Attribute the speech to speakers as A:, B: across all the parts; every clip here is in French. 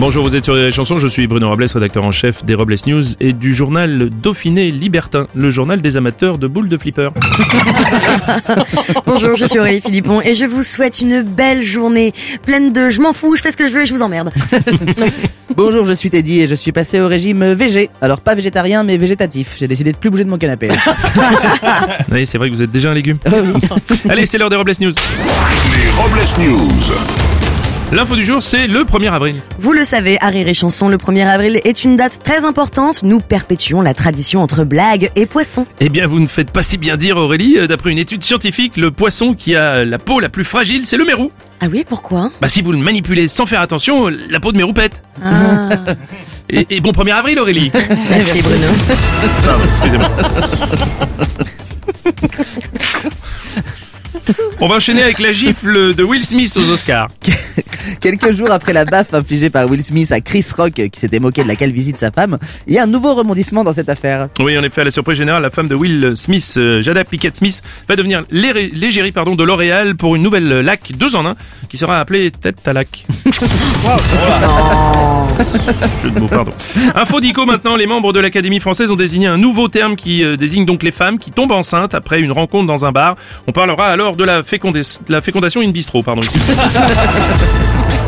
A: Bonjour, vous êtes sur les chansons, je suis Bruno Robles, rédacteur en chef des Robles News et du journal Dauphiné Libertin, le journal des amateurs de boules de flipper.
B: Bonjour, je suis Aurélie Philippon et je vous souhaite une belle journée pleine de je m'en fous, je fais ce que je veux et je vous emmerde.
C: Bonjour, je suis Teddy et je suis passé au régime VG. Alors pas végétarien, mais végétatif. J'ai décidé de plus bouger de mon canapé. Oh
A: Oui, c'est vrai que vous êtes déjà un légume. Allez, c'est l'heure des Robles News.
D: Les Robles News.
A: L'info du jour, c'est le 1er avril.
B: Vous le savez, à Rire et Chanson, le 1er avril est une date très importante. Nous perpétuons la tradition entre blagues et poissons.
A: Eh bien, vous ne faites pas si bien dire, Aurélie. Euh, D'après une étude scientifique, le poisson qui a la peau la plus fragile, c'est le mérou.
B: Ah oui, pourquoi
A: Bah, si vous le manipulez sans faire attention, euh, la peau de mérou pète.
B: Ah,
A: Et, et bon 1er avril, Aurélie.
B: Merci Bruno.
A: Pardon, excusez-moi. On va enchaîner avec la gifle de Will Smith aux Oscars.
C: Quelques jours après la baffe infligée par Will Smith à Chris Rock, qui s'était moqué de la calvitie de sa femme, il y a un nouveau rebondissement dans cette affaire.
A: Oui, en effet, à la surprise générale, la femme de Will Smith, euh, Jada Pickett Smith, va devenir l'éré- l'égérie pardon de L'Oréal pour une nouvelle euh, lac deux en un qui sera appelée Tête à lac. Jeu de mots, pardon. Info dico maintenant, les membres de l'Académie française ont désigné un nouveau terme qui euh, désigne donc les femmes qui tombent enceintes après une rencontre dans un bar. On parlera alors de la, fécondes- la fécondation in bistro, pardon.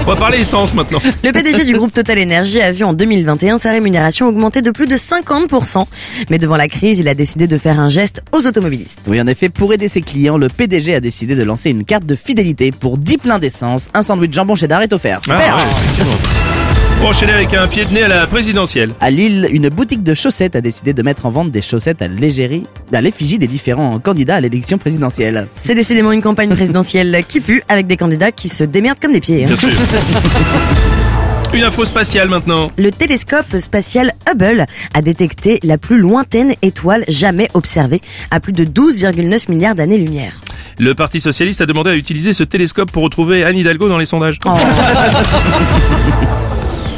A: On va parler essence maintenant.
B: Le PDG du groupe Total Energy a vu en 2021 sa rémunération augmenter de plus de 50%. Mais devant la crise, il a décidé de faire un geste aux automobilistes.
C: Oui, en effet, pour aider ses clients, le PDG a décidé de lancer une carte de fidélité pour 10 pleins d'essence, un sandwich jambon cheddar est offert.
A: Ah, ouais, effectivement. On va enchaîner avec un pied de nez à la présidentielle.
C: À Lille, une boutique de chaussettes a décidé de mettre en vente des chaussettes à l'égérie, à l'effigie des différents candidats à l'élection présidentielle.
B: C'est décidément une campagne présidentielle qui pue avec des candidats qui se démerdent comme des pieds. hein.
A: Bien sûr. Une info spatiale maintenant.
B: Le télescope spatial Hubble a détecté la plus lointaine étoile jamais observée à plus de 12,9 milliards d'années-lumière.
A: Le Parti Socialiste a demandé à utiliser ce télescope pour retrouver Anne Hidalgo dans les sondages.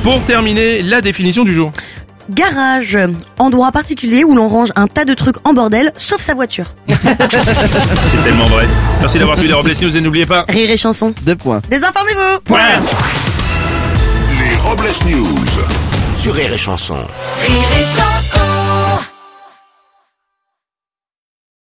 B: Oh.
A: Pour terminer, la définition du jour.
B: Garage, endroit particulier où l'on range un tas de trucs en bordel, sauf sa voiture.
A: C'est tellement vrai. Merci d'avoir suivi les Robles News et n'oubliez pas.
B: Rire et chanson.
C: Deux points.
B: Désinformez-vous
A: Ouais.
D: Les Robles News.
E: Sur Rire et Chanson.
F: Rire et chanson